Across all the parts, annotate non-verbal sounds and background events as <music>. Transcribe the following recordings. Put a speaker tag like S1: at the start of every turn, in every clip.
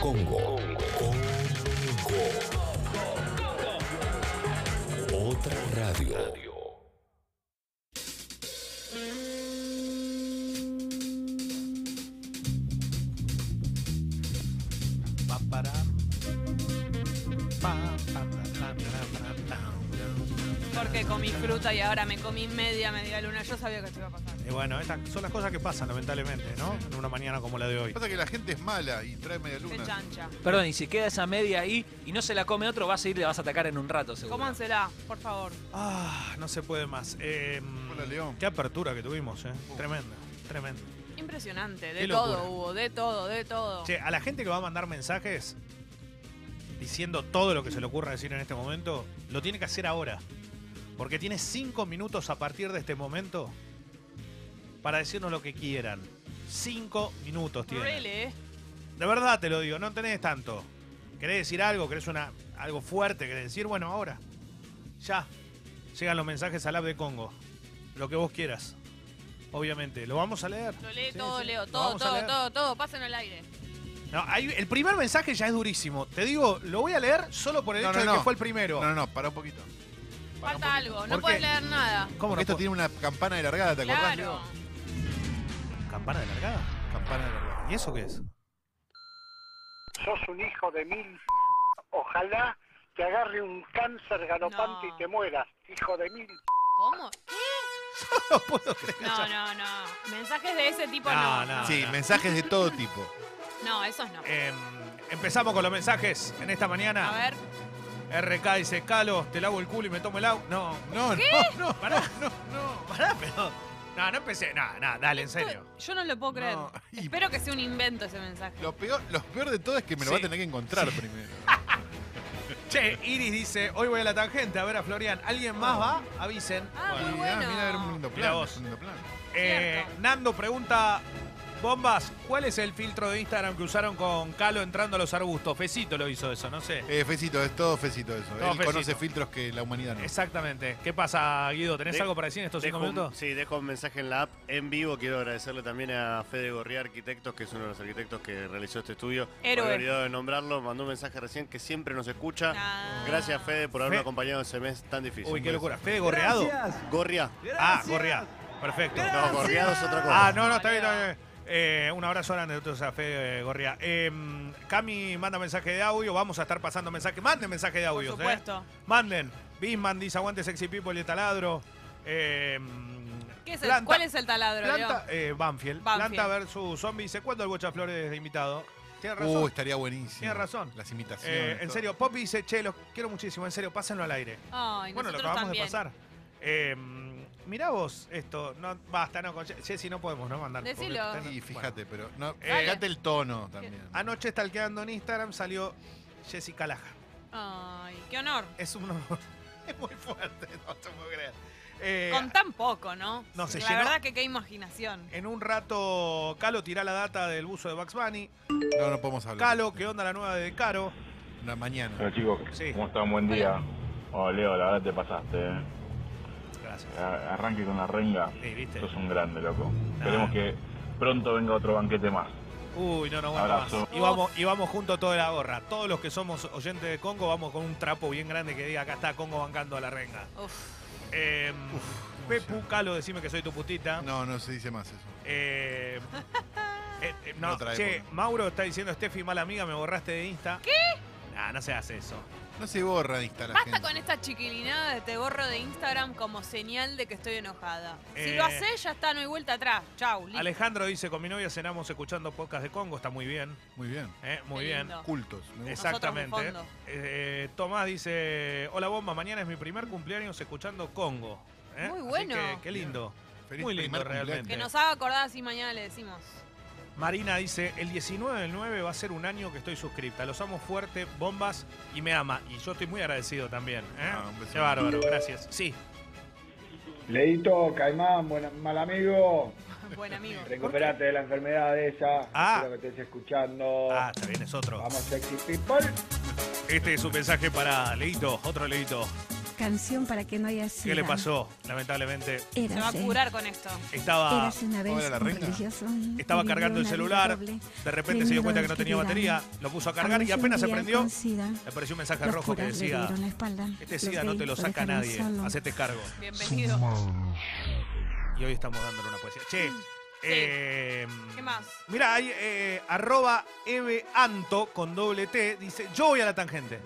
S1: Congo. Congo. Otra radio.
S2: Porque comí fruta y ahora me comí media, media luna. Yo sabía que esto iba a pasar.
S3: Y bueno, estas son las cosas que pasan, lamentablemente, ¿no? En una mañana como la de hoy.
S4: Pasa que la gente es mala y trae media
S2: Se
S4: luna.
S2: chancha.
S5: Perdón, y si queda esa media ahí y no se la come otro, vas a ir, le vas a atacar en un rato, seguro.
S2: Cómansela, por favor.
S3: Ah, no se puede más. Eh,
S4: Hola, León.
S3: Qué apertura que tuvimos, ¿eh? Tremenda, tremenda.
S2: Impresionante.
S3: Qué
S2: De
S3: locura.
S2: todo hubo, de todo, de todo.
S3: Che, a la gente que va a mandar mensajes diciendo todo lo que se le ocurra decir en este momento, lo tiene que hacer ahora. Porque tiene cinco minutos a partir de este momento para decirnos lo que quieran. Cinco minutos tiene.
S2: Really, ¿eh?
S3: De verdad te lo digo, no tenés tanto. ¿Querés decir algo? ¿Querés una, algo fuerte? ¿Querés decir? Bueno, ahora. Ya. Llegan los mensajes al app de Congo. Lo que vos quieras. Obviamente. Lo vamos a leer.
S2: Lo leo
S3: Sí,
S2: todo,
S3: sí.
S2: leo
S3: Lo
S2: todo,
S3: vamos a
S2: todo,
S3: leer.
S2: todo, todo. Pásenlo al aire.
S3: No, hay- el primer mensaje ya es durísimo. Te digo, lo voy a leer solo por el
S4: No,
S3: hecho
S4: no,
S3: de que
S4: no.
S3: fue el primero.
S4: No, no, no, para un poquito. Para un
S2: Falta
S4: poquito.
S2: algo, no
S3: ¿Por
S2: puedes
S3: qué?
S2: leer nada.
S3: ¿Cómo no?
S4: Porque esto
S3: puedo?
S4: tiene una campana de largada, ¿te acordás,
S2: Claro.
S4: Leo?
S3: ¿Campana de largada?
S4: Campana de largada.
S3: ¿Y eso qué es? <laughs>
S6: sos un hijo de mil. Ojalá te agarre un cáncer galopante
S2: No.
S6: y te mueras, hijo de mil.
S2: ¿Cómo?
S3: no puedo creer.
S2: No, no, no. Mensajes de ese tipo
S3: No,
S2: no.
S3: no.
S4: Sí, mensajes de todo tipo.
S2: No, esos no.
S3: Em, empezamos con los mensajes en esta mañana.
S2: A ver,
S3: RK dice, Calo, te lavo el culo y me tomo el agua. No,
S4: No,
S3: no, no, pará, no, no, pará, pero. No, no empecé. No, no, dale, en serio.
S2: yo no lo puedo creer.
S4: No, y-
S2: Espero que sea un invento ese mensaje.
S4: Lo peor, lo peor de todo es que me lo va a
S3: Sí.
S4: tener que encontrar primero.
S3: Che, Iris dice, hoy voy a la tangente a ver a Florian. ¿Alguien más va? Avisen.
S2: Ah, muy
S4: Y,
S2: bueno.
S4: mirá, era un lindo
S3: Mirá
S4: plan.
S3: vos.
S4: un lindo plan.
S3: Eh,
S2: Cierto.
S3: Nando pregunta, bombas, ¿cuál es el filtro de Instagram que usaron con Calo entrando a los arbustos? Fecito lo hizo eso, no sé.
S4: Eh, Fecito, es todo Fecito eso.
S3: Todo
S4: Él
S3: Fecito.
S4: conoce filtros que la humanidad no.
S3: Exactamente. ¿Qué pasa, Guido? ¿Tenés
S7: De-
S3: algo para decir en estos cinco
S7: Dejo un-
S3: minutos?
S7: sí, dejo un mensaje en la app en vivo. Quiero agradecerle también a Fede Gorría Arquitectos, que es uno de los arquitectos que realizó este estudio.
S2: Héroe.
S7: Me había olvidado de nombrarlo. Mandó un mensaje recién que siempre nos escucha.
S2: Ah.
S7: Gracias, Fede, por haberme
S3: Fe-
S7: acompañado ese mes tan difícil.
S3: Uy, qué
S7: Un
S3: locura. ¿Fede Gorreado?
S7: beso. Gorría.
S3: Ah, Gorreado. Perfecto.
S7: No, Gorriado es otra cosa.
S3: Ah, no, no, está bien, está bien. Eh, un abrazo grande entonces a Fede Gorría. Eh, Cami manda mensaje de audio, vamos a estar pasando mensaje. Manden mensaje de
S2: por
S3: audio.
S2: supuesto.
S3: Manden. Bisman dice aguante sexy people y el taladro. Eh,
S2: ¿Qué es el-
S3: planta-
S2: ¿Cuál es el taladro,
S3: Planta,
S2: Leo?
S3: eh, Banfield.
S2: Banfield.
S3: Planta versus zombie. Dice, ¿cuándo el Bocha Flores de invitado? Tiene razón.
S4: Uh, estaría buenísimo.
S3: Tiene razón.
S4: Las imitaciones.
S3: Eh, en
S4: todo.
S3: serio, Poppy dice, che, los quiero muchísimo. En serio, pásenlo al aire.
S2: Ay,
S3: Bueno, lo
S2: nosotros
S3: acabamos
S2: también.
S3: de pasar. Eh, mirá vos esto. No, basta, no, con Jessy no podemos, no mandar. porque
S2: Decilo.
S3: tenés- bueno.
S4: Y
S3: Ah,
S4: fíjate, pero no,
S3: Dale.
S4: fíjate el tono también.
S3: Anoche stalkeando en Instagram salió Jessica Laja.
S2: Ay, qué honor.
S3: Es un honor. <laughs> Es muy fuerte, no se puede creer. Eh,
S2: Con tan poco, ¿no?
S3: No, se
S2: La
S3: llenó-
S2: verdad que qué imaginación.
S3: en un rato, Calo tirá la data del buzo de Bugs Bunny.
S4: No, no podemos hablar.
S3: Calo, ¿qué onda la nueva de Caro?
S4: Una mañana.
S8: Hola chicos,
S3: Sí.
S8: ¿cómo están? Buen día. Oh, Leo, la verdad te pasaste. eh.
S3: Gracias.
S8: A- Arranque con la renga.
S3: Sí, viste.
S8: Sos un grande, loco.
S3: Ah.
S8: Esperemos que pronto venga otro banquete más.
S3: Uy, no, no, bueno, más.
S8: Abrazo.
S3: Y vamos, y vamos junto toda la gorra. Todos los que somos oyentes de Congo vamos con un trapo bien grande que diga acá está Congo bancando a la renga.
S2: Uf.
S3: Eh, Pepu, Calo, decime que soy tu putita.
S4: No, no se dice más eso.
S2: <laughs>
S3: Eh, eh, eh, no,
S4: No trae
S3: che,
S4: bola.
S3: Mauro está diciendo, Steffi, mala amiga, me borraste de Insta. ¿Qué? Nah, no se hace eso.
S4: No se borra de Instagram.
S2: Basta con esta chiquilinada de te borro de Instagram como señal de que estoy enojada. Si
S3: Eh.
S2: lo haces, ya está, no hay vuelta atrás. Chau, listo.
S3: Alejandro dice, con mi novia cenamos escuchando podcast de Congo, está muy bien.
S4: Muy bien.
S3: eh, muy
S2: Qué
S3: bien.
S2: lindo.
S4: Cultos. Me gusta.
S3: Exactamente.
S2: Nosotros de fondo.
S3: Eh, Tomás dice, hola bomba, mañana es mi primer cumpleaños escuchando Congo. eh.
S2: Muy
S3: Así
S2: bueno.
S3: que, qué lindo.
S4: Feliz
S3: Muy lindo
S4: primer cumpleaños.
S3: realmente.
S2: Que nos haga acordar así mañana le decimos. <laughs>
S3: Marina dice, el 19 del 9 va a ser un año que estoy suscripta. Los amo fuerte, bombas y me ama. Y yo estoy muy agradecido también. ¿eh?
S4: Ah, un beso.
S3: Qué bárbaro, gracias. Sí.
S9: Leito, Caimán, buen, mal amigo,
S2: Buen amigo.
S9: recuperate de la enfermedad de esa.
S3: Ah.
S9: Espero que estés escuchando.
S3: Ah, está bien, es otro.
S9: Vamos, sexy people.
S3: Este es un mensaje para Leito, otro Leito.
S10: Canción para que no haya Eh, sido.
S3: ¿Qué le pasó? Lamentablemente
S2: Se va a curar con esto.
S3: estaba,
S10: Érase una
S4: ¿Cómo
S10: vez
S4: era la
S10: un
S4: reina?
S10: religioso
S3: estaba
S10: que
S3: cargando el
S10: vivió una vida
S3: celular,
S10: doble.
S3: de repente se dio cuenta que no tenía batería, lo puso a cargar y
S10: Falleció un
S3: apenas se
S10: día
S3: prendió,
S10: con sida.
S3: le apareció un mensaje
S10: Los
S3: rojo que
S10: curas le
S3: decía,
S10: dieron la espalda.
S3: este
S10: Los
S3: SIDA no te
S10: gays
S3: lo saca
S10: dejaron
S3: nadie,
S10: solo.
S3: hacete cargo.
S2: Bienvenido.
S3: Y hoy estamos dándole una poesía. Che, eh,
S2: ¿Qué más?
S3: Mira, hay eh, arroba eveanto con doble T, dice, yo voy a la tangente.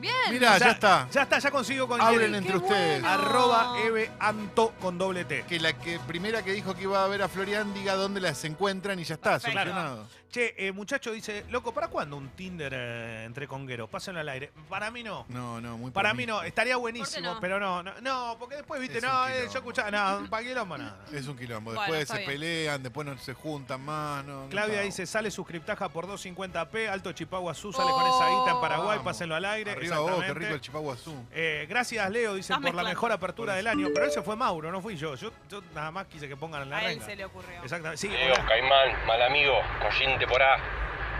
S2: Bien.
S4: Mirá,
S3: O sea,
S4: Ah, ya está.
S3: Ya está, ya consigo con
S4: Hablen
S3: el-
S4: entre ustedes.
S2: bueno.
S3: arroba eveanto con doble T.
S4: Que la que primera que dijo que iba a ver a Florian diga dónde las encuentran y ya está,
S2: Perfecto.
S4: solucionado.
S3: Che, eh, muchacho dice, loco, ¿para cuándo un Tinder eh, entre congueros? Pásenlo al aire. Para mí no.
S4: No, no, muy
S3: Para
S4: por
S3: mí no, estaría buenísimo,
S2: no?
S3: pero no, no, no, porque después, viste,
S4: Es
S3: no,
S4: un
S3: eh, yo
S4: quilombo.
S3: escuchaba, no, pa' quilombo, nada.
S4: Es un quilombo.
S2: Bueno,
S4: Después
S2: está
S4: se
S2: bien.
S4: pelean, después no se juntan más. no, no
S3: Claudia
S4: está.
S3: dice, sale suscriptaja por 250p, Alto Chipagua Azul, sale con esa guita en Paraguay,
S4: Vamos.
S3: pásenlo al aire.
S4: Arriba vos, qué
S3: exactamente.
S4: rico el Chipaguazú.
S3: Eh, gracias, Leo, dice,
S2: Estás
S3: por la
S2: mezclando.
S3: mejor apertura del año. Pero ese fue Mauro, no fui yo. Yo, yo nada más quise que pongan la
S2: A él
S3: renga.
S2: se le ocurrió.
S3: Exactamente. Sí,
S11: Leo,
S3: hola.
S11: Caimán, mal amigo, Collín Temporá.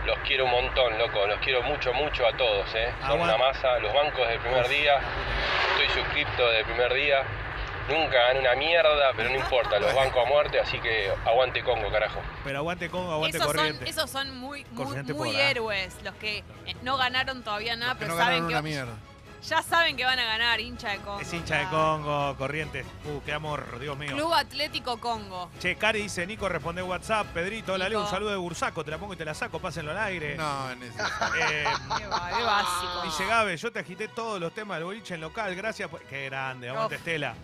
S11: Los quiero un montón, loco. Los quiero mucho, mucho a todos, ¿eh? Son
S3: Aguante.
S11: una masa. Los bancos del primer día. Estoy suscripto desde el primer día. Nunca gané una mierda, pero no importa. Los bancos a muerte, así que aguante Congo, carajo.
S3: pero aguante Congo, aguante
S2: esos, son,
S3: corriente.
S2: esos son muy, muy,
S3: Corriente
S2: muy
S3: por A.
S2: héroes, los que eh, no ganaron todavía nada,
S4: Que
S2: pero
S4: no
S2: saben
S4: ganaron
S2: que
S4: una mierda.
S2: ya saben que van a ganar, hincha de Congo.
S3: Es hincha de
S2: ya.
S3: Congo, corriente. Uh, qué amor, Dios mío.
S2: Club Atlético Congo.
S3: Che, Cari dice, Nico, responde WhatsApp. Pedrito, hola, Leo, un
S2: Nico.
S3: saludo de Bursaco. Te la pongo y te la saco, pásenlo al aire.
S4: No, en ese-
S3: <laughs> Eh,
S2: Qué, ba-
S3: <laughs>
S2: qué básico.
S3: dice Gabe, yo te agité todos los temas del boliche en local, gracias. por- Qué grande, aguante
S2: Uf.
S3: Estela.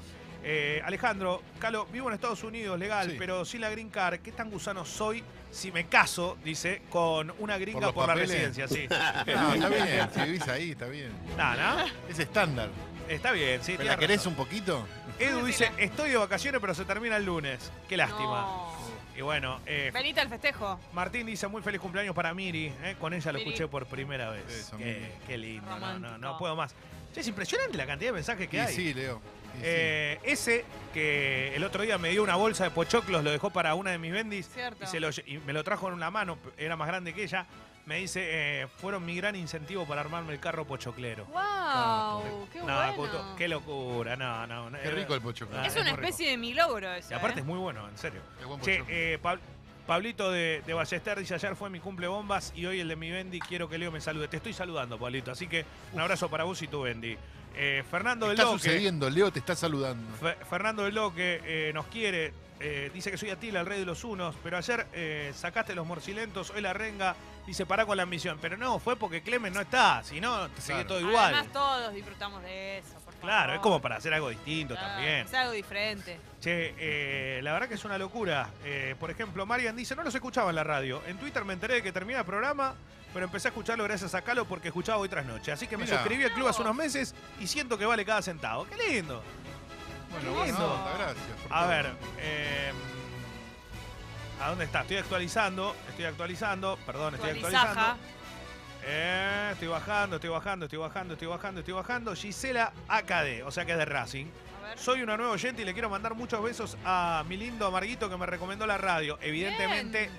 S3: Eh, Alejandro, Calo, vivo en Estados Unidos, legal,
S4: Sí.
S3: pero sin la green card, ¿qué tan gusano soy si me caso, dice, con una gringa
S4: los
S3: por, la
S4: papeles?
S3: residencia?
S4: <laughs>
S3: Sí.
S4: No, está bien. Si vivís ahí, está bien.
S3: Nada,
S4: Es estándar.
S3: Está bien, sí.
S4: ¿Pero
S3: tiene
S4: la querés
S3: razón.
S4: un poquito?
S3: Edu dice, estoy de vacaciones, pero se termina el lunes. Qué lástima.
S2: No.
S3: Y bueno, eh,
S2: Venite al festejo.
S3: Martín dice muy feliz cumpleaños para Miri. ¿eh? Con ella lo
S2: Miri.
S3: escuché por primera vez.
S4: Eso, Miri.
S3: qué, qué lindo. No, no, no
S2: Romántico.
S3: puedo más. Che, Es impresionante la cantidad de mensajes que
S4: Y
S3: hay.
S4: sí, Leo. y sí.
S3: Eh, Ese que el otro día me dio una bolsa de pochoclos, lo dejó para una de mis bendis
S2: Cierto.
S3: y, se lo lle- y me lo trajo en una mano, era más grande que ella. Me dice, eh, fueron mi gran incentivo para armarme el carro pochoclero.
S2: Wow, qué
S3: No,
S2: bueno.
S3: Cuto, qué locura, no, no. no,
S4: Qué
S3: era-
S4: rico el pochoclo.
S3: Ah,
S2: es
S3: es
S2: una
S3: muy rico.
S2: especie de milagro eso.
S3: Y aparte
S2: ¿eh?
S3: es muy bueno, en serio.
S4: Qué buen
S3: Che,
S4: pochoclo.
S3: eh, Pab- Pablito de, de Ballester dice, ayer fue mi cumple bombas y hoy el de mi Bendy, quiero que Leo me salude. Te estoy saludando, Pablito, así que un abrazo para vos y tu Bendy. Eh, Fernando del
S4: está
S3: Loque,
S4: sucediendo, Leo te está saludando.
S3: Fe- Fernando del Loque eh, nos quiere, eh, dice que soy Atila, el rey de los unos, pero ayer eh, sacaste los morcilentos, hoy la renga, dice pará con la ambición. Pero no, fue porque Clemen no está, si no, te sigue
S4: Claro.
S3: todo igual.
S2: Además todos disfrutamos de eso, por favor.
S3: Claro, es como para hacer algo distinto
S2: Claro,
S3: también.
S2: Es algo diferente.
S3: Che, eh, la verdad que es una locura. Eh, por ejemplo, Marian dice, no los escuchaba en la radio. En Twitter me enteré de que termina el programa, pero empecé a escucharlo gracias a Calo porque escuchaba hoy tras noche. Así que me
S4: Mirá.
S3: suscribí al club hace unos meses y siento que vale cada centavo. ¡Qué lindo!
S4: Bueno,
S3: Qué
S4: buena
S3: lindo.
S4: onda, gracias. por
S3: A
S4: todo.
S3: ver, eh, ¿a dónde está? Estoy actualizando, estoy actualizando, perdón, estoy
S2: Actualizaja.
S3: actualizando. Eh, estoy bajando, estoy bajando, estoy bajando, estoy bajando, estoy bajando. Gisela AKD, o sea que es de Racing.
S2: A ver.
S3: Soy una nueva oyente y le quiero mandar muchos besos a mi lindo amarguito que me recomendó la radio. Evidentemente,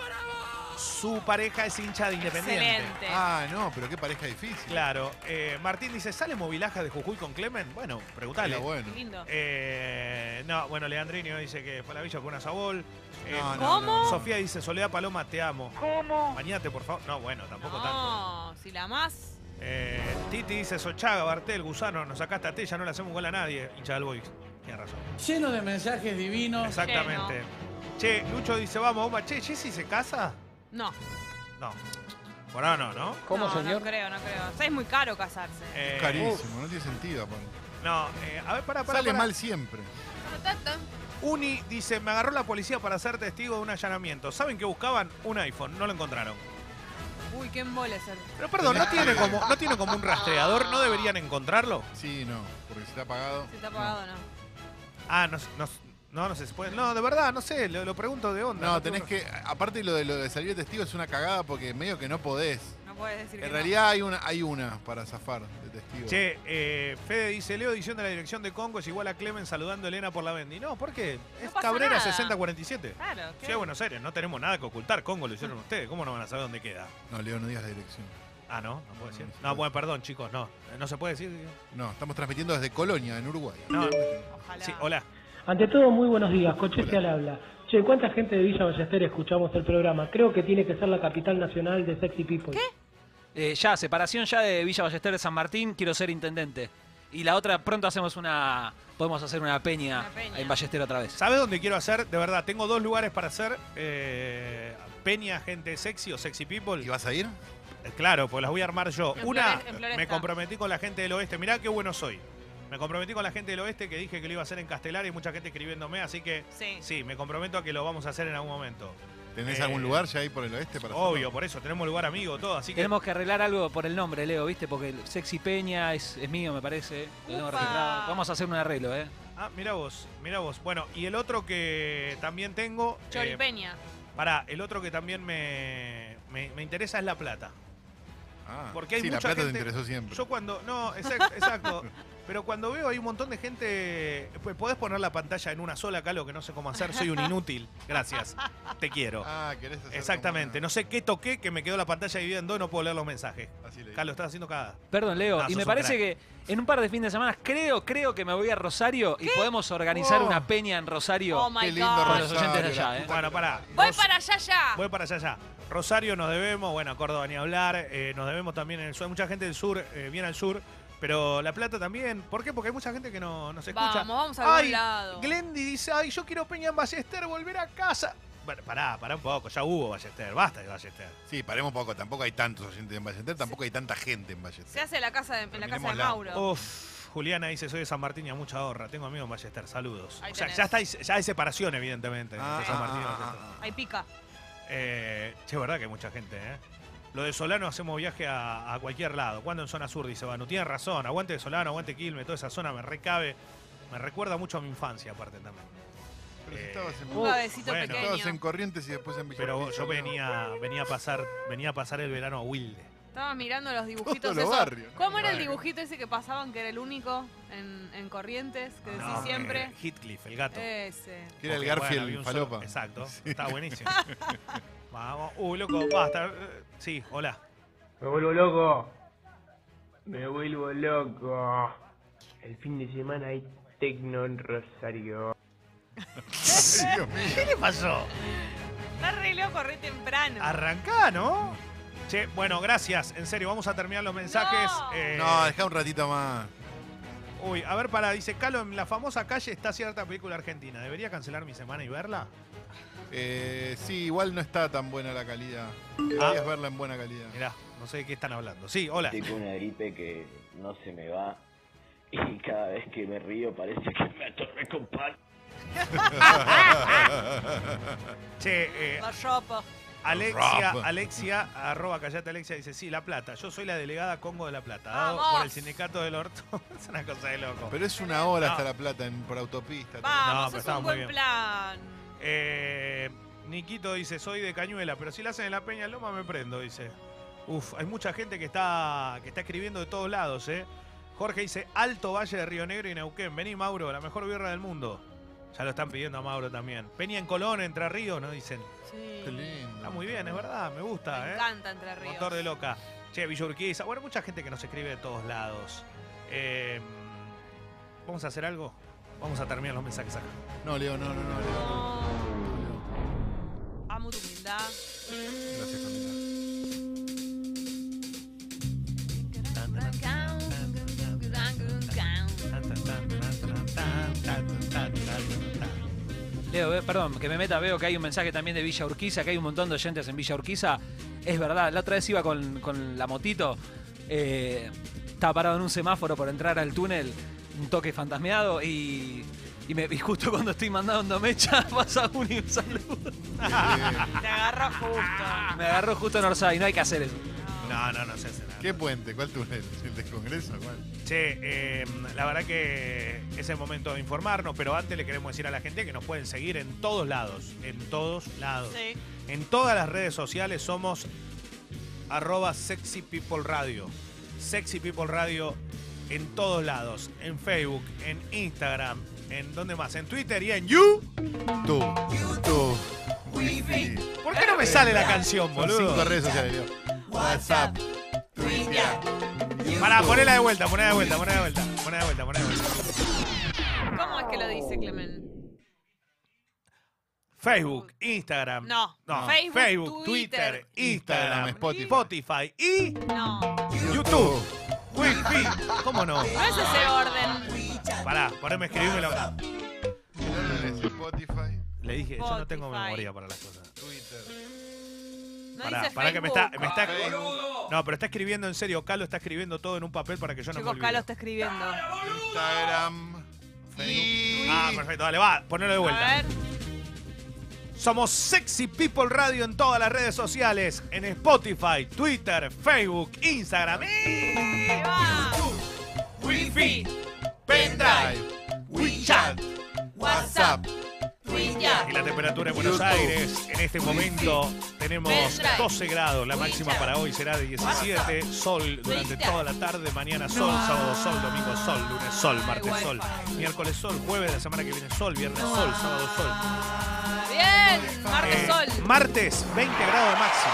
S3: su pareja es hincha de Independiente.
S2: Excelente.
S4: Ah, no, pero qué pareja difícil.
S3: Claro. Eh, Martín dice, ¿sale movilaja de Jujuy con Clemen? Bueno, preguntale.
S4: Pero bueno.
S2: Lindo.
S3: Eh, no, bueno, Leandrino dice que fue a la villa con una sabol. Eh,
S4: No, no,
S2: ¿Cómo?
S4: no.
S3: Sofía dice, Soledad Paloma, te amo.
S2: ¿Cómo?
S3: Bañate, por favor. No, bueno, tampoco tanto.
S2: No, si la más.
S3: Eh, Titi dice, Sochaga, Bartel, Gusano, nos sacaste a Tella, no le hacemos gol a nadie. Hincha del Boys. Tiene razón.
S11: Lleno de mensajes divinos.
S3: Exactamente. Che, Lucho dice, vamos, Oma. Che, ¿Jessy se casa?
S2: No.
S3: No. Por ahora no, ¿no?
S2: ¿Cómo, no, No creo, no creo. O sea, es muy caro casarse.
S3: Eh,
S4: Carísimo, no tiene sentido. aparte.
S3: No, eh, a ver, para, para.
S4: Sale mal siempre.
S2: Pero tanto.
S3: Uni dice, me agarró la policía para ser testigo de un allanamiento. ¿Saben qué buscaban? Un iPhone, no lo encontraron.
S2: Uy, qué embole ser.
S3: Pero perdón, ¿no tiene como, no tiene como un rastreador? ¿No deberían encontrarlo?
S4: Sí, no, porque si está apagado.
S2: Si está apagado, no.
S3: Ah, no, no, no, no se puede. No, de verdad, no sé, lo, lo pregunto de onda.
S4: No, tenés que. Aparte lo de lo de salir de testigo es una cagada porque medio que no podés.
S2: No puedes decir que
S4: En realidad hay una, hay una para zafar de testigo.
S3: Che, eh, Fede dice, Leo diciendo la dirección de Congo es igual a Clemen saludando a Elena por la Bendy. No, ¿por qué? Es
S2: pasa
S3: Cabrera
S2: nada.
S3: 6047.
S2: no. Claro, ¿qué?
S3: Ciudad de Buenos Aires, no tenemos nada que ocultar. Congo lo hicieron ustedes. ¿Cómo no van a saber dónde queda?
S4: No, Leo, no digas la dirección.
S3: Ah, no, no puede decir. No, bueno, perdón, chicos, no. Eh, No se puede decir.
S4: No, estamos transmitiendo desde Colonia, en Uruguay.
S3: No. Sí, hola.
S10: Ante todo, muy buenos días. Cochete al habla. Che, ¿cuánta gente de Villa Ballester escuchamos el programa? Creo que tiene que ser la capital nacional de Sexy People.
S5: Eh, ya, separación ya de Villa Ballester de San Martín, quiero ser intendente. Y la otra, pronto hacemos una. Podemos hacer una peña, en Ballester otra vez.
S3: ¿Sabes dónde quiero hacer? De verdad, tengo dos lugares para hacer. eh, Peña, gente sexy o sexy people. ¿Y
S4: vas a ir?
S3: Claro, pues las voy a armar yo.
S12: En
S3: Una,
S12: Floren- en Floresta.
S3: me comprometí con la gente del oeste. Mirá qué bueno soy. Me comprometí con la gente del oeste que dije que lo iba a hacer en Castelar y mucha gente escribiéndome, así que sí, me comprometo a que lo vamos a hacer en algún momento.
S4: ¿Tenés
S3: Eh,
S4: algún lugar ya ahí por el oeste para hacerlo?
S3: Obvio, por eso, tenemos lugar amigo, todo, así que.
S5: Tenemos que arreglar algo por el nombre, Leo, ¿viste? Porque el Sexy Peña es, es mío, me parece. Lo tengo
S3: Ufa.
S5: registrado. Vamos a hacer un arreglo, ¿eh?
S3: Ah, mira vos, mira vos. Bueno, y el otro que también tengo. eh,
S2: Choripeña.
S3: Pará, el otro que también me, me, me interesa es La Plata. Porque hay
S4: Ah, sí, La
S3: mucha
S4: Plata te
S3: gente-
S4: interesó siempre.
S3: Yo cuando. No, exac- exacto. <laughs> Pero cuando veo hay un montón de gente. pues, Podés poner la pantalla en una sola, Calo, que no sé cómo hacer, soy un inútil. Gracias. Te quiero.
S4: Ah, querés hacer
S3: Exactamente. No sé qué toqué, que me quedó la pantalla dividida en dos, no puedo leer los mensajes. Calo, estás haciendo cagada.
S5: Perdón, Leo.
S3: Ah,
S5: y
S3: sos
S5: me
S3: un
S5: parece
S3: crack.
S5: que en un par de fines de semana, creo, creo que me voy a Rosario y podemos organizar
S3: Oh.
S5: una peña en Rosario
S2: Oh, my Qué lindo God.
S5: con los oyentes de
S3: Rosario, la
S5: allá, ¿eh?
S3: puta Bueno, pará.
S2: Voy para allá ya.
S3: Voy para allá ya. Rosario nos debemos, bueno, Córdoba ni hablar, eh, nos debemos también en el sur. Mucha gente del sur eh, viene al sur, pero La Plata también. ¿Por qué? Porque hay mucha gente que no nos escucha.
S2: Vamos, vamos a algún
S3: Ay,
S2: lado.
S3: Glendy dice, ay, yo quiero Peña en Ballester, volver a casa. Bueno, pará, pará un poco, ya hubo Ballester, basta de Ballester.
S4: Sí, paremos un poco. Tampoco hay tantos oyentes en Ballester, tampoco hay tanta gente en Ballester.
S2: Se hace la casa de, en la casa de
S4: Terminémosla.
S2: Mauro.
S3: Oh. Uf, Juliana dice, soy de San Martín y a mucha honra. Tengo amigos en Ballester, saludos.
S2: Ahí
S3: o sea,
S2: tenés.
S3: ya, está, ya hay separación, evidentemente,
S4: Ah,
S3: entre San
S4: ah,
S3: Martín y
S4: ah,
S3: Ballester.
S2: Ahí pica.
S3: Eh, che, es verdad que hay mucha gente, ¿eh? Lo de Solano hacemos viaje a, a cualquier lado. Cuando en zona sur, dice Banu. Tienes razón, aguante de Solano, aguante Quilme, toda esa zona me recabe. Me recuerda mucho a mi infancia, aparte también.
S4: Pero si
S3: Eh,
S4: estabas en,
S3: Un huevecito
S4: Bueno,
S3: pequeño.
S4: estabas en Corrientes y después en Villa
S3: Pero
S4: Urquiza,
S3: yo
S4: ¿no? <laughs>
S3: venía, venía a pasar, venía a pasar el verano a Wilde.
S2: Estaba mirando los dibujitos.
S3: Todos los
S2: esos.
S3: barrios.
S2: ¿Cómo era el
S3: Barrio.
S2: dibujito ese que pasaban que era el único en, en Corrientes? Que decís
S3: No,
S2: siempre. Eh.
S3: eh, Heathcliff, el gato.
S2: Ese.
S4: Que era el
S3: Ok,
S4: Garfield
S3: había un
S4: falopa.
S3: solo- exacto, está
S4: <laughs>
S3: buenísimo. Vamos, uh, loco, basta. eh, Sí, hola.
S13: Me vuelvo loco. Me vuelvo loco. El fin de semana hay Tecno en Rosario.
S3: ¿Qué le pasó?
S2: Está re loco, re temprano.
S3: Arrancá, ¿no? Che, bueno, gracias. En serio, vamos a terminar los mensajes. eh,
S4: No, dejá un ratito más.
S3: Uy, a ver, para, dice Calo, en la famosa calle está cierta película argentina. ¿Debería cancelar mi semana y verla?
S4: Eh, sí, igual no está tan buena la calidad. Deberías
S3: Ah.
S4: verla en buena calidad.
S3: Mirá, no sé de qué están hablando. Sí, hola.
S14: Tengo una gripe que no se me va. Y cada vez que me río parece que me atorré con pan.
S3: Che, eh,
S2: La ropa.
S3: Alexia,
S14: Rap.
S3: Alexia, arroba callate Alexia, dice, sí, La Plata. Yo soy la delegada Congo de La Plata, dado
S2: Vamos.
S3: por el sindicato del orto. <laughs> es una cosa de loco.
S4: Pero es una hora
S3: No.
S4: hasta La Plata en, por autopista.
S3: Vamos, No, pero es un
S2: Un
S3: estaba
S2: buen plan.
S3: Eh, Niquito dice, soy de Cañuela, pero si la hacen en la Peña Loma me prendo, dice. Uf, hay mucha gente que está, que está escribiendo de todos lados, ¿eh? Jorge dice, Alto Valle de Río Negro y Neuquén. Vení, Mauro, la mejor birra del mundo. Ya lo están pidiendo a Mauro también. Peña en Colón, Entre Ríos, ¿no? Dicen.
S2: Sí.
S4: Qué lindo.
S3: Está muy bien, es verdad, me gusta,
S2: Me
S3: ¿eh?
S2: encanta Entre Ríos.
S3: Motor de loca. Che, Villa Urquiza. Bueno, mucha gente que nos escribe de todos lados. Eh, ¿Vamos a hacer algo? Vamos a terminar los mensajes acá.
S4: No, Leo, no, no, no.
S3: <laughs>
S2: Amo tu humildad.
S4: Gracias, Camila.
S5: Leo, ve- perdón, que me meta, veo que hay un mensaje también de Villa Urquiza, que hay un montón de oyentes en Villa Urquiza. Es verdad, la otra vez iba con, con la motito, eh, estaba parado en un semáforo por entrar al túnel, un toque fantasmeado y, y, me, y justo <laughs> cuando estoy mandando mecha <laughs> pasa un y un saludo.
S2: Te agarró justo.
S5: Me agarró justo en Orsay, no hay que hacer eso.
S3: No, no, no se hace nada.
S4: ¿Qué puente? ¿Cuál túnel? ¿El del Congreso? ¿Cuál?
S3: Che, eh, la verdad que es el momento de informarnos, pero antes le queremos decir a la gente que nos pueden seguir en todos lados, en todos lados.
S2: Sí.
S3: En todas las redes sociales somos arroba Sexy People Radio. Sexy People Radio en todos lados, en Facebook, en Instagram, en dónde más, en Twitter y en YouTube.
S4: YouTube.
S3: ¿Por qué no me sale la canción,
S4: Son
S3: boludo?
S4: cinco redes sociales, Leo. WhatsApp. tu,
S2: Mirá.
S3: Pará, ponela de vuelta, ponela de vuelta, ponela de vuelta, ponela de vuelta, ponela de vuelta.
S2: ¿Cómo es que lo dice Clemen?
S3: Facebook, Instagram.
S2: No.
S3: No, Twitter,
S2: Facebook, Twitter,
S3: Instagram,
S4: Instagram,
S3: Spotify. y
S2: No.
S3: YouTube. Wi-Fi. ¿Cómo
S2: <laughs>
S3: no?
S2: No es ese orden.
S3: Pará, poneme escribímelo.
S4: Spotify.
S3: Le dije, yo no tengo memoria para las cosas.
S2: No
S3: Pará,
S2: dice
S3: pará que me
S2: Facebook.
S3: está, me está. No, pero está escribiendo en serio. Calo está escribiendo todo en un papel para que yo no me
S2: Chicos,
S3: olvide.
S2: Calo está escribiendo.
S4: Instagram. Facebook.
S3: Ah, perfecto, dale, va, ponelo de vuelta.
S2: A ver.
S3: Somos Sexy People Radio en todas las redes sociales, en Spotify, Twitter, Facebook, Instagram, Wi-Fi, Pendrive, WeChat, WhatsApp, Y la temperatura en Buenos
S4: YouTube,
S3: Aires en este momento tenemos
S4: Pendrive,
S3: 12 grados, la máxima para hoy será de 17, sol durante toda la tarde, mañana sol, sábado sol, domingo sol, lunes sol, martes sol, miércoles sol, jueves de la semana que viene sol, viernes sol, sábado sol.
S2: Bien, Marte
S3: Eh,
S2: Sol.
S3: Martes, 20 grados de máximo.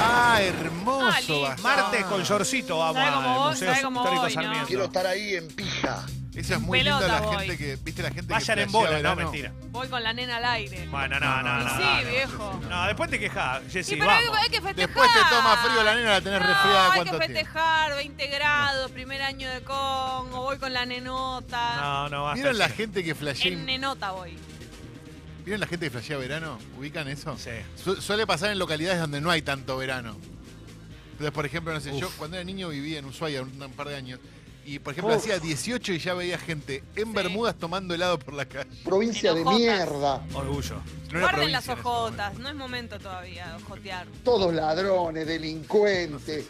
S4: Ah, hermoso.
S2: Ah, lindo.
S4: Bastón.
S3: Martes con shorcito vamos
S2: ¿Sabe
S3: al
S2: cómo voy?
S3: Museo
S2: ¿Sabe cómo
S3: Histórico
S2: voy, no?
S3: Sarmiento.
S2: Quiero
S4: estar ahí en pija. Esa es muy
S2: Pelota
S4: linda la
S2: voy.
S4: gente que. ¿Viste la gente
S3: Vayan
S4: que
S3: en bola,
S4: flashea
S3: no,
S4: verano?
S3: mentira.
S2: Voy con la nena al aire.
S3: Bueno, no, no,
S4: no,
S3: no.
S2: sí,
S3: no, no.
S2: viejo.
S3: No, después te quejas,
S2: Sí,
S3: Jessy,
S2: pero hay,
S3: vamos.
S2: hay que festejar.
S4: Después te toma frío la nena, la tenés
S2: No,
S4: resfriada
S2: hay que
S4: cuánto tiempo.
S2: festejar, 20 grados, primer año de Congo, voy con la nenota.
S3: No, no, basta.
S4: ¿Vieron la gente que flashea?
S2: En nenota voy.
S4: ¿Vieron la gente que flashea verano? ¿Ubican eso?
S3: Sí.
S4: Su- suele pasar en localidades donde no hay tanto verano. Entonces, por ejemplo, no sé, yo cuando era niño vivía en Ushuaia un, un par de años. Y, por ejemplo,
S12: Uf.
S4: hacía 18 y ya veía gente en Bermudas tomando helado por la calle.
S12: Provincia de
S2: Enojotas.
S12: mierda.
S3: Orgullo.
S4: No era
S2: Guarden las
S4: provincia en ese
S2: ojotas, no es momento todavía de ojotear.
S12: Todos ladrones, delincuentes.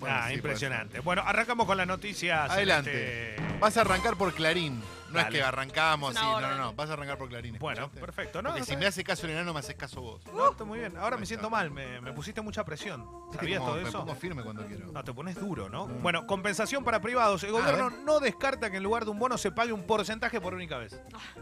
S4: Bueno,
S3: ah,
S4: sí,
S3: impresionante. Bueno, arrancamos con las noticias.
S4: Adelante.
S3: este,
S4: Vas a arrancar por Clarín. No es
S3: Dale.
S4: que arrancamos,
S3: Es
S4: sí,
S3: una
S4: no,
S3: orden.
S4: no, no. Vas a arrancar por Clarín.
S3: Bueno,
S4: ¿escuchaste?
S3: perfecto. No,
S4: Porque
S3: no,
S4: si
S3: no.
S4: me hace caso el enano, me haces caso vos.
S3: No, está muy bien. Ahora me siento mal, me, me pusiste mucha presión.
S4: ¿Viste
S3: ¿Sabías
S4: cómo
S3: todo
S4: me
S3: eso?
S4: pongo Mm. firme cuando quiero.
S3: No, te pones duro, ¿no? Bueno, compensación para privados. El gobierno no descarta que en lugar de un bono se pague un porcentaje por única vez.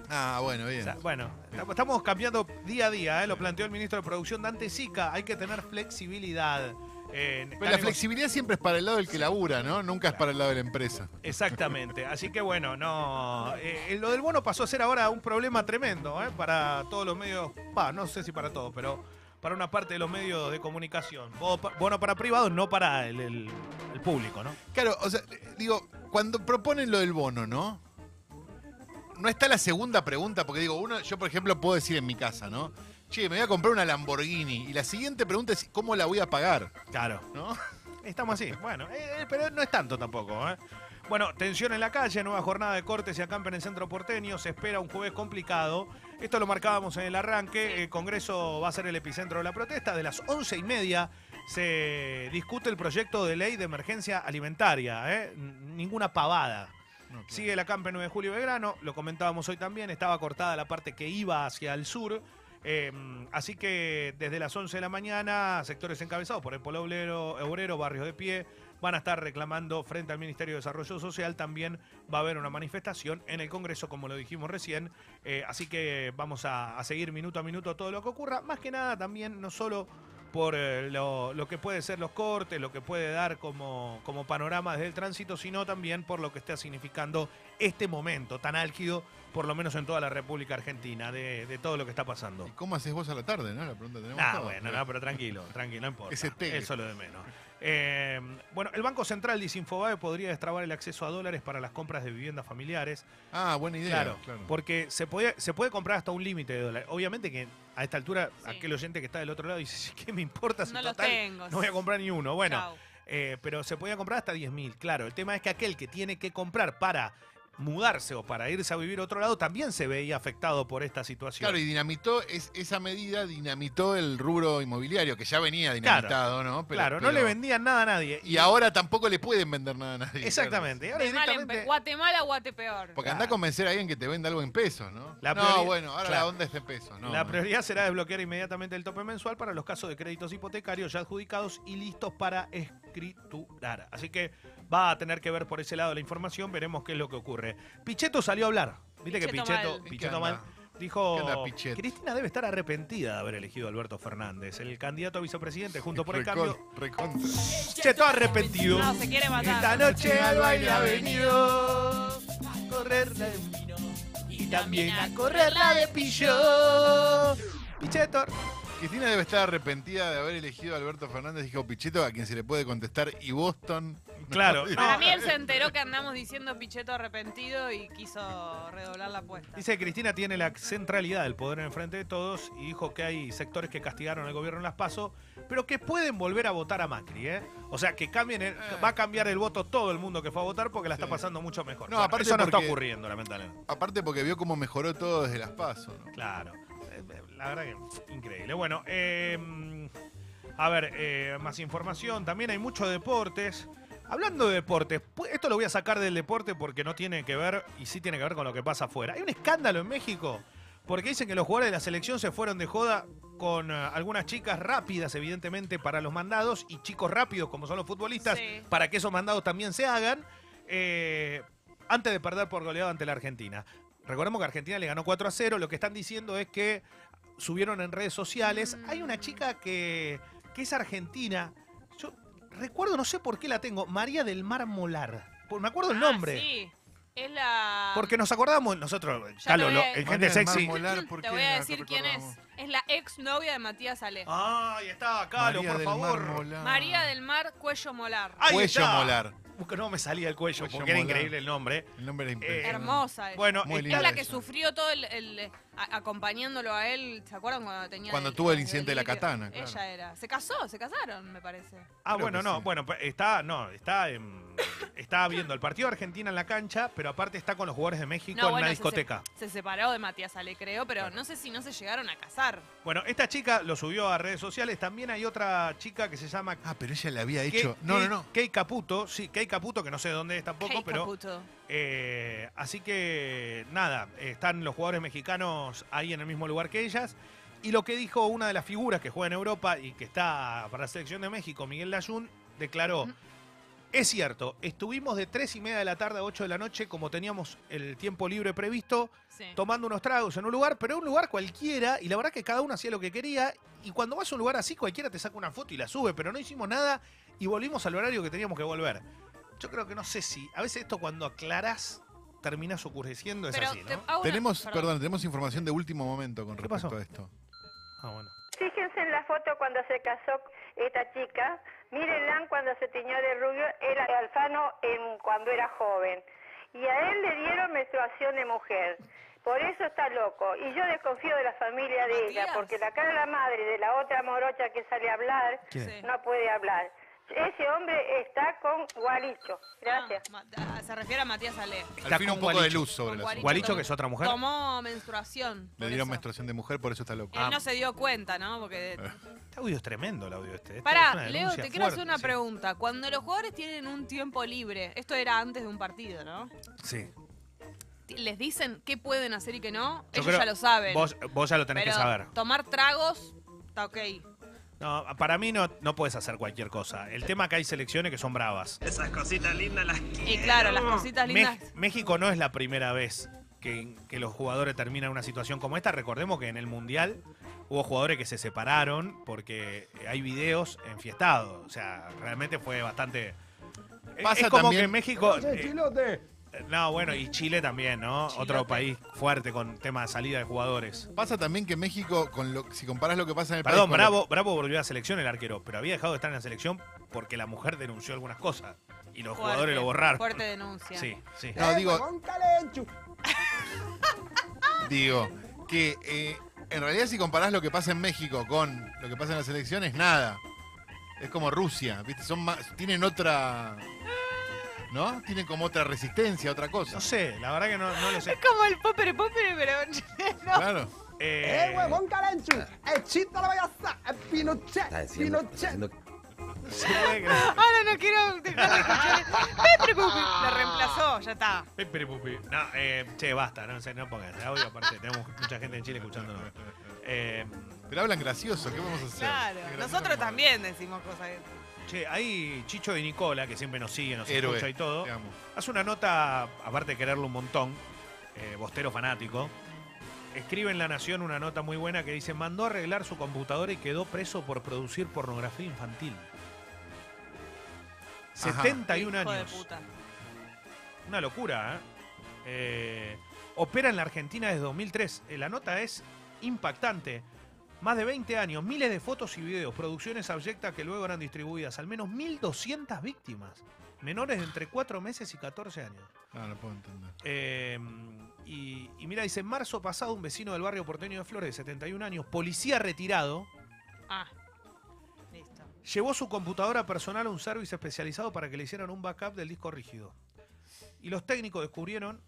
S4: Ah, bueno,
S3: O
S4: bien.
S3: sea, bueno, estamos cambiando día a día, ¿eh? lo planteó el ministro de Producción Dante Sica, hay que tener flexibilidad. en-
S4: Pero la flexibilidad siempre es para el lado del que labura, ¿no? Nunca es para el lado de la empresa.
S3: Exactamente, así que bueno, no. eh, lo del bono pasó a ser ahora un problema tremendo ¿eh? para todos los medios, bah, no sé si para todos, pero para una parte de los medios de comunicación. Bo- pa- Bono para privados, no para el, el- el público, ¿no?
S4: Claro, o sea, digo, cuando proponen lo del bono, ¿no? No está la segunda pregunta, porque digo, uno, yo por ejemplo puedo decir en mi casa, ¿no? Che, me voy a comprar una Lamborghini. Y la siguiente pregunta es, ¿cómo la voy a pagar?
S3: Claro.
S4: ¿No?
S3: <laughs> Estamos así. Bueno, eh, eh, pero no es tanto tampoco. ¿eh? Bueno, tensión en la calle, nueva jornada de cortes y acampan en el centro porteño. Se espera un jueves complicado. Esto lo marcábamos en el arranque. El Congreso va a ser el epicentro de la protesta. De las once y media se discute el proyecto de ley de emergencia alimentaria. ¿eh? N- Ninguna pavada. Sigue la Campe 9 de Julio y Belgrano, lo comentábamos hoy también, estaba cortada la parte que iba hacia el sur. eh, así que desde las 11 de la mañana, sectores encabezados por el Polo Obrero, Obrero, Barrios de Pie, van a estar reclamando frente al Ministerio de Desarrollo Social. También va a haber una manifestación en el Congreso, como lo dijimos recién. eh, así que vamos a, a seguir minuto a minuto todo lo que ocurra. Más que nada también, no solo por eh, lo, lo que puede ser los cortes, lo que puede dar como, como panorama desde el tránsito, sino también por lo que está significando este momento tan álgido, por lo menos en toda la República Argentina, de, de todo lo que está pasando.
S4: ¿Cómo haces vos a la tarde, no? La pregunta tenemos.
S3: Ah,
S4: todos.
S3: bueno, no, pero tranquilo, tranquilo, no importa.
S4: Ese té.
S3: Eso lo de menos. Eh, bueno, el Banco Central dice Infobae podría destrabar el acceso a dólares para las compras de viviendas familiares.
S4: Ah, buena idea.
S3: Claro,
S4: Claro,
S3: porque se, podía- se puede comprar hasta un límite de dólares. Obviamente que a esta altura aquel oyente que está del otro lado dice, ¿qué me importa si
S2: No los
S3: total
S2: tengo,
S3: no voy a
S2: sí.
S3: comprar ni uno? Bueno,
S2: Chau.
S3: eh, pero se podía comprar hasta 10.000 mil, claro. El tema es que aquel que tiene que comprar para mudarse o para irse a vivir a otro lado también se veía afectado por esta situación.
S4: Claro, y dinamitó, es, esa medida dinamitó el rubro inmobiliario, que ya venía dinamitado, ¿no? Pero-
S3: claro, no
S4: pero-
S3: le vendían nada a nadie.
S4: Y ahora tampoco le pueden vender nada a nadie.
S3: Exactamente. Ahora
S2: De mal en
S3: directamente-
S2: pe- Guatemala, Guatepeor.
S4: claro. Porque anda a convencer a alguien que te venda algo en pesos, ¿no?
S3: La
S4: no,
S3: priori-
S4: bueno, ahora
S3: claro.
S4: la onda es en pesos, ¿no?
S3: la prioridad será desbloquear inmediatamente el tope mensual para los casos de créditos hipotecarios ya adjudicados y listos para escriturar. Así que va a tener que ver por ese lado la información, veremos qué es lo que ocurre. Pichetto salió a hablar. Viste que Pichetto,
S2: Pichetto mal.
S3: Pichetto
S4: ¿En qué
S3: mal.
S4: anda?
S3: Dijo,
S4: ¿Qué onda, Pichet?
S3: Cristina debe estar arrepentida de haber elegido a Alberto Fernández, el candidato a vicepresidente junto por el
S4: Recon-
S3: cambio.
S4: recontra.
S3: Che, todo arrepentido.
S2: No, se quiere matar.
S3: Esta noche al baile ha venido a correr la de vino y también a correr la de pillo. Pichetor.
S4: Cristina debe estar arrepentida de haber elegido a Alberto Fernández, dijo Pichetto, a quien se le puede contestar y Boston.
S3: Claro, no.
S2: Para mí él se enteró que andamos diciendo Picheto arrepentido y quiso redoblar la apuesta.
S3: Dice que Cristina tiene la centralidad del poder en el frente de todos y dijo que hay sectores que castigaron al gobierno en las PASO, pero que pueden volver a votar a Macri, ¿eh? O sea, que cambien el- va a cambiar el voto todo el mundo que fue a votar porque la está pasando mucho mejor.
S4: No,
S3: Bueno,
S4: aparte
S3: eso no está
S4: porque-
S3: ocurriendo, lamentablemente.
S4: Aparte porque vio cómo mejoró todo desde las pasos.
S3: Claro. Eh, eh, La verdad que increíble. Bueno, eh, a ver, eh, más información. También hay muchos deportes. Hablando de deportes, pu- esto lo voy a sacar del deporte porque no tiene que ver y sí tiene que ver con lo que pasa afuera. Hay un escándalo en México porque dicen que los jugadores de la selección se fueron de joda con eh, algunas chicas rápidas, evidentemente, para los mandados y chicos rápidos, como son los futbolistas,
S2: Sí.
S3: para que esos mandados también se hagan. eh, antes de perder por goleado ante la Argentina. Recordemos que Argentina le ganó 4 a 0. Lo que están diciendo es que subieron en redes sociales.
S2: Mm.
S3: Hay una chica que, que es argentina. Yo recuerdo, no sé por qué la tengo, María del Mar Molar. Por- Me acuerdo el nombre.
S2: Ah, sí. Es la.
S3: Porque nos acordamos, nosotros,
S2: Ya
S3: Calo,
S2: te
S3: lo-
S2: voy a-
S3: en gente
S4: María del Mar
S3: sexy.
S4: Molar, ¿por
S2: Te
S4: qué
S2: voy a
S4: la
S2: decir quién es.
S4: recordamos?
S2: Es la ex novia de Matías Ale.
S3: Ay, está, Calo,
S4: María
S3: por
S4: del Mar
S3: favor.
S4: Molar.
S2: María del Mar Cuello Molar.
S3: Ahí
S4: Cuello
S3: está.
S4: molar.
S3: Busca- No me salía el cuello,
S4: Cuello
S3: porque era
S4: molar.
S3: increíble el nombre.
S4: El nombre era impresionante.
S2: Hermosa. es.
S3: Bueno,
S4: Muy
S3: está-
S2: es
S4: linda
S2: la que
S4: ella.
S2: sufrió todo el, el- eh, a- acompañándolo a él, ¿se acuerdan cuando tenía
S4: Cuando tuvo el incidente de la
S2: delirio?
S4: katana, claro.
S2: Ella era. Se casó, se casaron, me parece.
S3: Ah,
S4: Creo
S3: bueno,
S4: que
S3: no,
S4: sí.
S3: bueno, pa- está, no, está, em, está viendo el partido de Argentina en la cancha, pero aparte está con los jugadores de México en
S2: bueno,
S3: una
S2: se-
S3: discoteca.
S2: Se, se separó de Matías Ale, creo, pero no sé si no se llegaron a casar.
S3: Bueno, esta chica lo subió a redes sociales. También hay otra chica que se llama
S4: Ah, pero ella le había
S3: Kei-
S4: hecho. No, no,
S3: Kei-
S4: no.
S3: Kei Caputo, sí, Kei Caputo, que no sé dónde es tampoco,
S2: Kei
S3: pero.
S2: Caputo.
S3: eh, así que nada, están los jugadores mexicanos ahí en el mismo lugar que ellas. Y lo que dijo una de las figuras que juega en Europa y que está para la selección de México, Miguel Layún, declaró. Es cierto, estuvimos de 3 y media de la tarde a 8 de la noche, como teníamos el tiempo libre previsto,
S2: Sí.
S3: tomando unos tragos en un lugar, pero en un lugar cualquiera, y la verdad que cada uno hacía lo que quería, y cuando vas a un lugar así, cualquiera te saca una foto y la sube, pero no hicimos nada y volvimos al horario que teníamos que volver. Yo creo que no sé si, a veces esto cuando aclarás, terminás ocurriendo, es
S2: Pero
S3: así,
S2: te-
S3: ¿no?
S2: hago una-
S4: Tenemos, perdón. tenemos información de último momento con
S3: ¿Qué
S4: respecto
S3: pasó?
S4: a esto.
S3: Ah, bueno.
S15: Fíjense en la foto cuando se casó esta chica, mírenla cuando se tiñó de rubio, era Alfano en- cuando era joven. Y a él le dieron menstruación de mujer. Por eso está loco. Y yo desconfío de la familia de ella, porque la cara de la madre de la otra morocha que sale a hablar,
S2: ¿Quién es?
S15: no puede hablar. Ese hombre está con gualicho. Gracias.
S2: Ma- ah, se refiere a Matías Ale.
S4: Al fin
S3: con
S4: un poco de
S3: Gualicho.
S4: luz sobre
S2: Con
S4: el
S2: Gualicho
S4: asunto.
S3: Gualicho,
S2: tomó-
S3: que es otra mujer.
S2: Tomó menstruación.
S4: Le dieron menstruación Ah. de mujer, por eso está loco.
S2: Él
S3: Ah,
S2: no se dio cuenta, ¿no? Porque.
S3: Este audio es tremendo, el audio este. Esta es una
S2: Pará, Leo,
S3: denuncia
S2: te quiero hacer
S3: fuerte,
S2: una
S3: sí.
S2: pregunta. Cuando los jugadores tienen un tiempo libre, esto era antes de un partido, ¿no?
S3: Sí.
S2: ¿Les dicen qué pueden hacer y qué no?
S3: Yo
S2: Ellos
S3: creo-
S2: ya lo saben.
S3: Vos, vos ya lo tenés
S2: Pero
S3: que saber.
S2: Tomar tragos, está ok.
S3: No, para mí no, no puedes hacer cualquier cosa. El tema que hay selecciones que son bravas.
S16: Esas cositas lindas las
S2: Y claro, las cositas lindas.
S3: Mex- México no es la primera vez que, que los jugadores terminan una situación como esta. Recordemos que en el Mundial hubo jugadores que se separaron porque hay videos enfiestados. O sea, realmente fue bastante... Es-
S4: Pasa
S3: es como
S4: también-
S3: que México... eh, no, bueno, y Chile también, ¿no? Otro país fuerte con tema de salida de jugadores.
S4: Pasa también que México, con lo, si comparás lo que pasa en el
S3: Perdón,
S4: país. con lo-
S3: Bravo, Bravo volvió a la selección el arquero, pero había dejado de estar en la selección porque la mujer denunció algunas cosas y los jugadores
S2: Fuerte,
S3: lo borraron.
S2: Fuerte denuncia.
S3: Sí, sí.
S4: No,
S2: Eh,
S4: digo, <laughs> digo que eh, en realidad si comparás lo que pasa en México con lo que pasa en las elecciones, nada. Es como Rusia, ¿viste? Son más, tienen otra... ¿No? Tienen como otra resistencia, otra cosa.
S3: No sé, la verdad que no, no lo sé.
S2: Es como el popere popere, pero <laughs> no.
S4: Claro.
S3: Eh, <laughs> se puede creer.
S2: Ahora no quiero dejar de escuchar. Me preocupe. Lo reemplazó, ya está.
S3: Pe, pere, pu, pe. No, eh, che, basta, no, sé, no pongan ese audio, aparte tenemos mucha gente en Chile escuchándonos. Eh,
S4: Pero hablan gracioso, ¿qué vamos a hacer?
S2: Claro.
S4: Es gracioso
S2: Nosotros
S4: como-
S2: también decimos cosas. de-
S3: che, ahí Chicho y Nicola, que siempre nos sigue, nos
S4: Héroe,
S3: escucha y todo,
S4: te amo.
S3: hace una nota, aparte de quererlo un montón, eh, bostero fanático, Escribe en La Nación una nota muy buena que dice, mandó a arreglar su computadora y quedó preso por producir pornografía infantil.
S2: Ajá.
S3: 71
S2: Hijo de
S3: años.
S2: puta.
S3: Una locura, ¿eh? Eh, Opera en la Argentina desde 2003. Eh, La nota es impactante. Más de 20 años, miles de fotos y videos, producciones abyectas que luego eran distribuidas. Al menos 1.200 víctimas. Menores de entre 4 meses y 14 años.
S4: Ah, No, no puedo entender.
S3: Eh, y, y mira, dice, en marzo pasado un vecino del barrio porteño de Flores, de 71 años, policía retirado,
S2: Ah. Listo.
S3: llevó su computadora personal a un service especializado para que le hicieran un backup del disco rígido. Y los técnicos descubrieron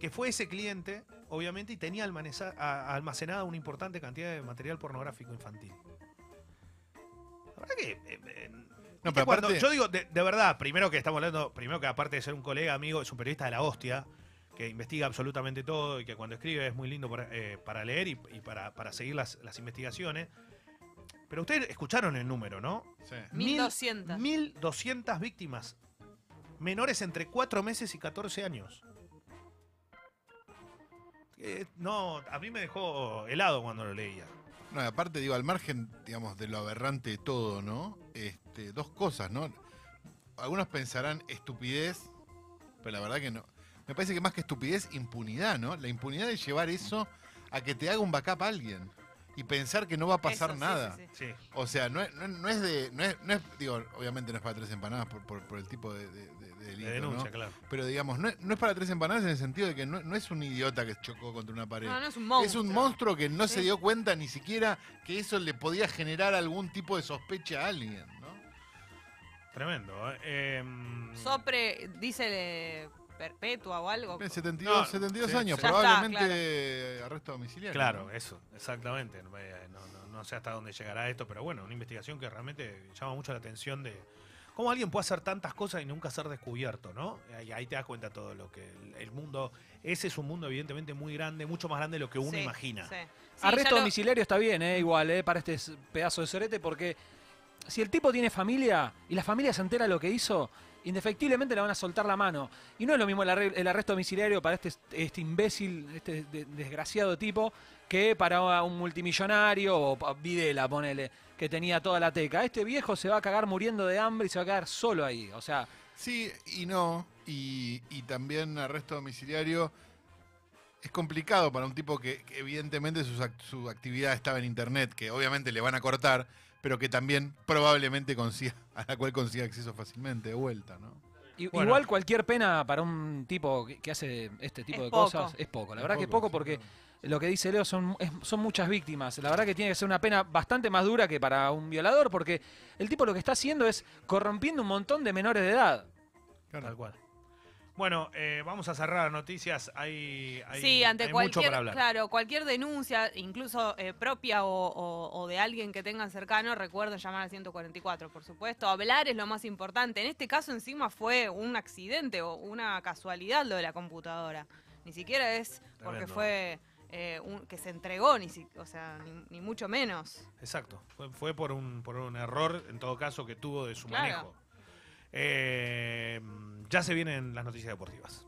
S3: que fue ese cliente, obviamente, y tenía almaneza- a- almacenada una importante cantidad de material pornográfico infantil. La verdad que... eh, eh,
S4: No,
S3: ¿viste
S4: pero
S3: cuando-
S4: aparte-
S3: yo digo, de, de verdad, primero que estamos hablando, primero que aparte de ser un colega, amigo, es un periodista de la hostia, que investiga absolutamente todo y que cuando escribe es muy lindo para, eh, para leer y, y para, para seguir las, las investigaciones. Pero ustedes escucharon el número, ¿no?
S4: Sí.
S2: 1200.
S3: 1.200 víctimas. Menores entre 4 meses y 14 años. Eh, no, a mí me dejó helado cuando lo leía.
S4: No, y aparte, digo, al margen, digamos, de lo aberrante de todo, ¿no? Este, dos cosas, ¿no? Algunos pensarán estupidez, pero la verdad que no. Me parece que más que estupidez, impunidad, ¿no? La impunidad de llevar eso a que te haga un backup alguien y pensar que no va a pasar
S2: Eso, sí,
S4: nada.
S2: sí, sí.
S3: Sí.
S4: O sea, no es, no es- no es de. No es, no es- digo, obviamente no es para tres empanadas por, por- por el tipo de, de- de- de delito,
S3: De denuncia,
S4: ¿no?
S3: claro.
S4: Pero digamos, no es, no es para tres empanadas en el sentido de que no, no es un idiota que chocó contra una pared.
S2: No, no es un monstruo.
S4: Es un monstruo que no se
S2: Sí.
S4: dio cuenta ni siquiera que eso le podía generar algún tipo de sospecha a alguien, ¿no?
S3: Tremendo. ¿eh? Em,
S2: Sopre, dice eh, perpetua o algo.
S4: Tiene 72,
S3: No,
S4: 72
S3: sí,
S4: años,
S2: sí. Ya está,
S4: probablemente eh, arresto domiciliario.
S3: claro, eh.
S4: ¿no?
S3: eso, exactamente. No, me- eh, no- no- no sé hasta dónde llegará esto, pero bueno, una investigación que realmente llama mucho la atención de cómo alguien puede hacer tantas cosas y nunca ser descubierto, ¿no? Y ahí te das cuenta todo lo que el, el mundo. Ese es un mundo, evidentemente, muy grande, mucho más grande de lo que uno
S2: Sí,
S3: imagina.
S2: sí. Sí, ya
S5: Arresto
S2: lo-
S5: domiciliario está bien, eh, igual, eh, para este s- pedazo de sorete, porque si el tipo tiene familia y la familia se entera de lo que hizo, indefectiblemente le van a soltar la mano. Y no es lo mismo el, arre- el arresto domiciliario para este, este imbécil, este de- desgraciado tipo, que para un multimillonario o pa- Videla, ponele, que tenía toda la teca. Este viejo se va a cagar muriendo de hambre y se va a quedar solo ahí. O sea,
S4: Sí y no. Y, y también arresto domiciliario es complicado para un tipo que, que evidentemente sus act- su actividad estaba en internet, que obviamente le van a cortar, pero que también probablemente consiga, <laughs> a la cual consiga acceso fácilmente de vuelta, ¿no?
S5: I-
S4: Bueno.
S5: Igual cualquier pena para un tipo que que hace este tipo
S2: Es
S5: de
S2: poco.
S5: cosas es poco. La
S4: Es
S5: verdad que
S4: poco,
S5: poco
S4: sí,
S5: porque lo que dice Leo son, es- son muchas víctimas. La verdad que tiene que ser una pena bastante más dura que para un violador porque el tipo lo que está haciendo es corrompiendo un montón de menores de edad.
S3: Tal cual. Bueno, eh, vamos a cerrar noticias. Hay, hay-
S2: sí, ante
S3: hay mucho
S2: cualquier,
S3: para hablar.
S2: claro, cualquier denuncia, incluso eh, propia o, o- o de alguien que tengan cercano, recuerden llamar al 144, por supuesto. Hablar es lo más importante. En este caso encima fue un accidente o una casualidad lo de la computadora. Ni siquiera es porque
S3: Tremendo.
S2: fue eh, un- que se entregó, ni si- o sea, ni, ni mucho menos.
S3: Exacto. Fue, fue por, un, por un error, en todo caso, que tuvo de su
S2: Claro.
S3: manejo. Eh, ya se vienen las noticias deportivas.